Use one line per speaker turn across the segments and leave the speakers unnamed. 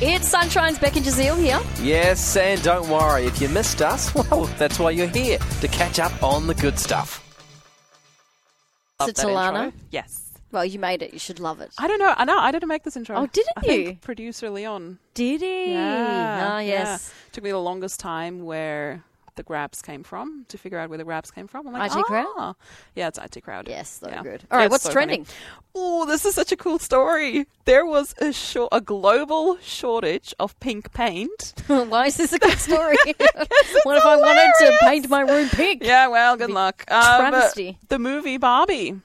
It's Sunshine's Becky Jazeel here.
Yes, and don't worry, if you missed us, well, that's why you're here, to catch up on the good stuff.
It's Alana.
Yes.
Well, you made it. You should love it.
I don't know. I know. I didn't make this intro.
Oh, didn't
I think
you?
producer Leon.
Did he?
Yeah.
Ah, yes.
yeah. Took me the longest time where the grabs came from to figure out where the grabs came from. I'm like,
IT crowd?
"Ah." Yeah, it's IT crowd.
Yes, they're
Yeah.
good. All right,
It's
what's
so
trending?
Oh, this is such a cool story. There was a short, a global shortage of pink paint.
Why is this a good story? what if I wanted to paint my room pink?
Yeah, well, good luck. Um,
travesty.
the movie Barbie.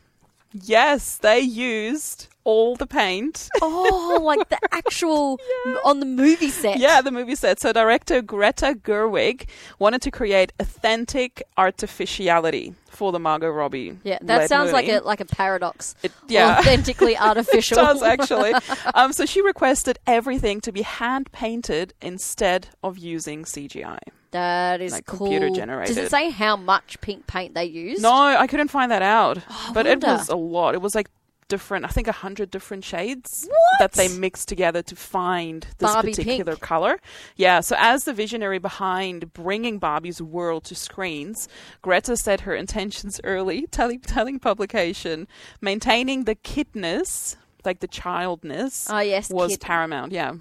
Yes, they used all the paint.
Oh, like the actual on the movie set.
Yeah, the movie set. So director Greta Gerwig wanted to create authentic artificiality for the Margot Robbie.
Yeah, that
led
sounds like
movie.
a like a paradox.
It- yeah.
authentically artificial.
It does actually. um, so she requested everything to be hand painted instead of using CGI.
That is
Like
cool.
computer
Does it
generated.
say how much pink paint they used?
No, I couldn't find that out. but it
Oh, wonder.
was a lot. It was like different. I think a hundred different shades
What?
that they mixed together to find this
Barbie
particular
pink.
color. Yeah. So as the visionary behind bringing Barbie's world to screens, Greta said her intentions early, telling telling publication, maintaining the kidness, like the childness,
Oh, yes,
was
kid.
paramount. Yeah.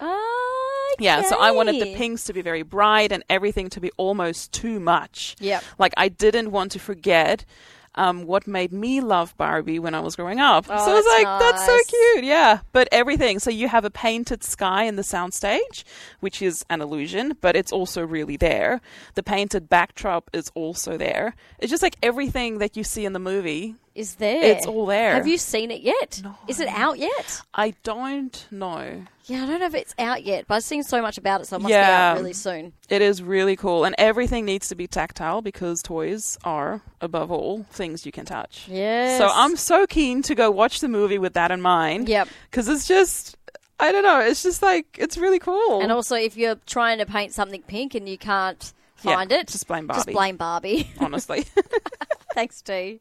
Okay.
Yeah, so I wanted the pinks to be very bright and everything to be almost too much.
Yep.
Like I didn't want to forget um, what made me love Barbie when I was growing up.
Oh,
so I was
that's
like, that's so
nice.
cute, yeah. But everything. So you have a painted sky in the soundstage, which is an illusion, but it's also really there. The painted backdrop is also there. It's just like everything that you see in the movie.
Is there?
It's all there.
Have you seen it yet? Is it out yet?
I don't know.
Yeah, I don't know if it's out yet, but I've seen so much about it, so it must
Yeah.
be out really soon.
It is really cool, and everything needs to be tactile because toys are, above all, things you can touch.
Yes.
So I'm so keen to go watch the movie with that in mind.
Yep.
Because it's just, I don't know, it's just like it's really cool.
And also, if you're trying to paint something pink and you can't
Yeah,
find it,
just blame
Just
Barbie.
blame Barbie.
honestly.
Thanks, Dee.